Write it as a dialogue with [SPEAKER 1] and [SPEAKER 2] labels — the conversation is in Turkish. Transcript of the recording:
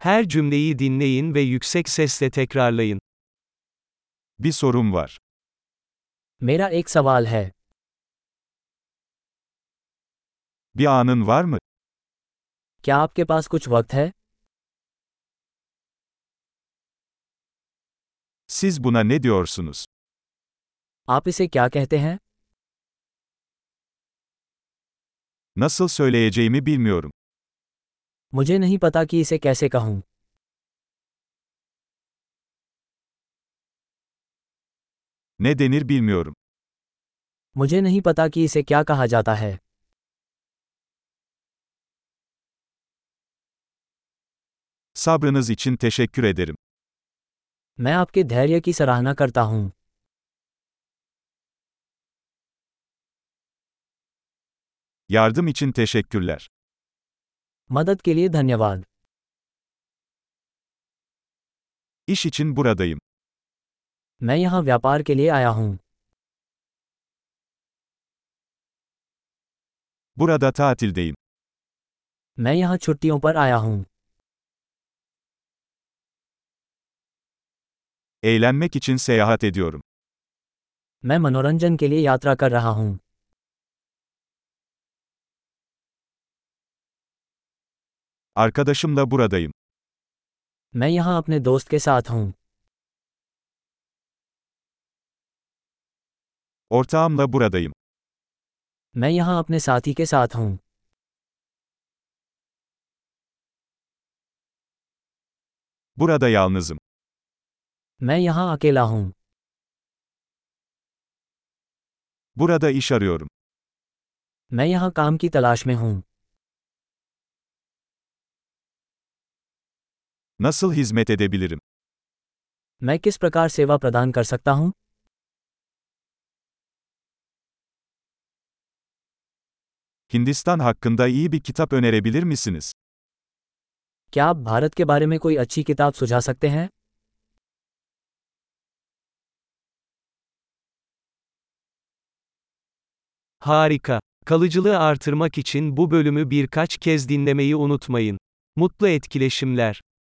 [SPEAKER 1] Her cümleyi dinleyin ve yüksek sesle tekrarlayın.
[SPEAKER 2] Bir sorum var.
[SPEAKER 3] मेरा एक सवाल है
[SPEAKER 2] Bir anın var mı?
[SPEAKER 3] क्या आपके पास कुछ वक्त है
[SPEAKER 2] Siz buna ne diyorsunuz?
[SPEAKER 3] आप इसे क्या कहते हैं
[SPEAKER 2] Nasıl söyleyeceğimi bilmiyorum.
[SPEAKER 3] मुझे नहीं पता कि इसे कैसे कहूँ
[SPEAKER 2] Ne denir bilmiyorum.
[SPEAKER 3] मुझे नहीं पता कि इसे क्या कहा जाता है
[SPEAKER 2] Sabrınız için teşekkür ederim.
[SPEAKER 3] मैं आपके धैर्य की सराहना करता हूँ
[SPEAKER 2] Yardım için teşekkürler.
[SPEAKER 3] मदद के लिए धन्यवाद
[SPEAKER 2] İş için buradayım.
[SPEAKER 3] मैं यहाँ व्यापार के लिए आया हूँ
[SPEAKER 2] Burada tatildeyim.
[SPEAKER 3] मैं यहाँ छुट्टियों पर आया हूँ
[SPEAKER 2] Eğlenmek için seyahat ediyorum.
[SPEAKER 3] मैं मनोरंजन के लिए यात्रा कर रहा हूँ
[SPEAKER 2] Arkadaşımla buradayım.
[SPEAKER 3] मैं यहाँ अपने दोस्त के साथ हूँ
[SPEAKER 2] Ortağımla buradayım.
[SPEAKER 3] मैं यहाँ अपने साथी के साथ हूँ
[SPEAKER 2] Burada yalnızım.
[SPEAKER 3] मैं यहाँ अकेला हूँ
[SPEAKER 2] Burada iş arıyorum.
[SPEAKER 3] मैं यहाँ काम की तलाश में हूँ
[SPEAKER 2] Nasıl hizmet edebilirim?
[SPEAKER 3] मैं किस प्रकार सेवा प्रदान कर सकता हूँ
[SPEAKER 2] Hindistan hakkında iyi bir kitap önerebilir misiniz?
[SPEAKER 3] क्या आप भारत के बारे में कोई अच्छी किताब सुझा सकते हैं
[SPEAKER 1] Harika. Kalıcılığı artırmak için bu bölümü birkaç kez dinlemeyi unutmayın. Mutlu etkileşimler.